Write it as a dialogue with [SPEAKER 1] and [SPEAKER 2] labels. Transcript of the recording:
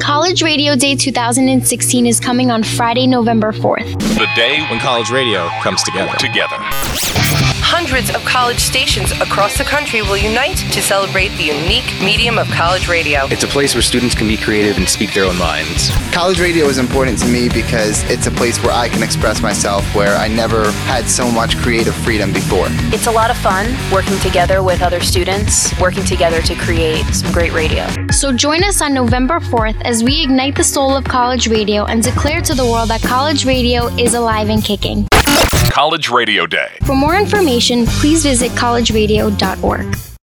[SPEAKER 1] College Radio Day 2016 is coming on Friday, November 4th.
[SPEAKER 2] The day
[SPEAKER 3] when college radio comes together.
[SPEAKER 2] together.
[SPEAKER 4] Hundreds of college stations across the country will unite to celebrate the unique medium of college radio.
[SPEAKER 5] It's a place where students can be creative and speak their own minds.
[SPEAKER 6] College radio is important to me because it's a place where I can express myself where I never had so much creative freedom before.
[SPEAKER 7] It's a lot of fun working together with other students, working together to create some great radio.
[SPEAKER 1] So join us on November 4th as we ignite the soul of college radio and declare to the world that college radio is alive and kicking.
[SPEAKER 2] College Radio Day.
[SPEAKER 1] For more information, please visit collegeradio.org.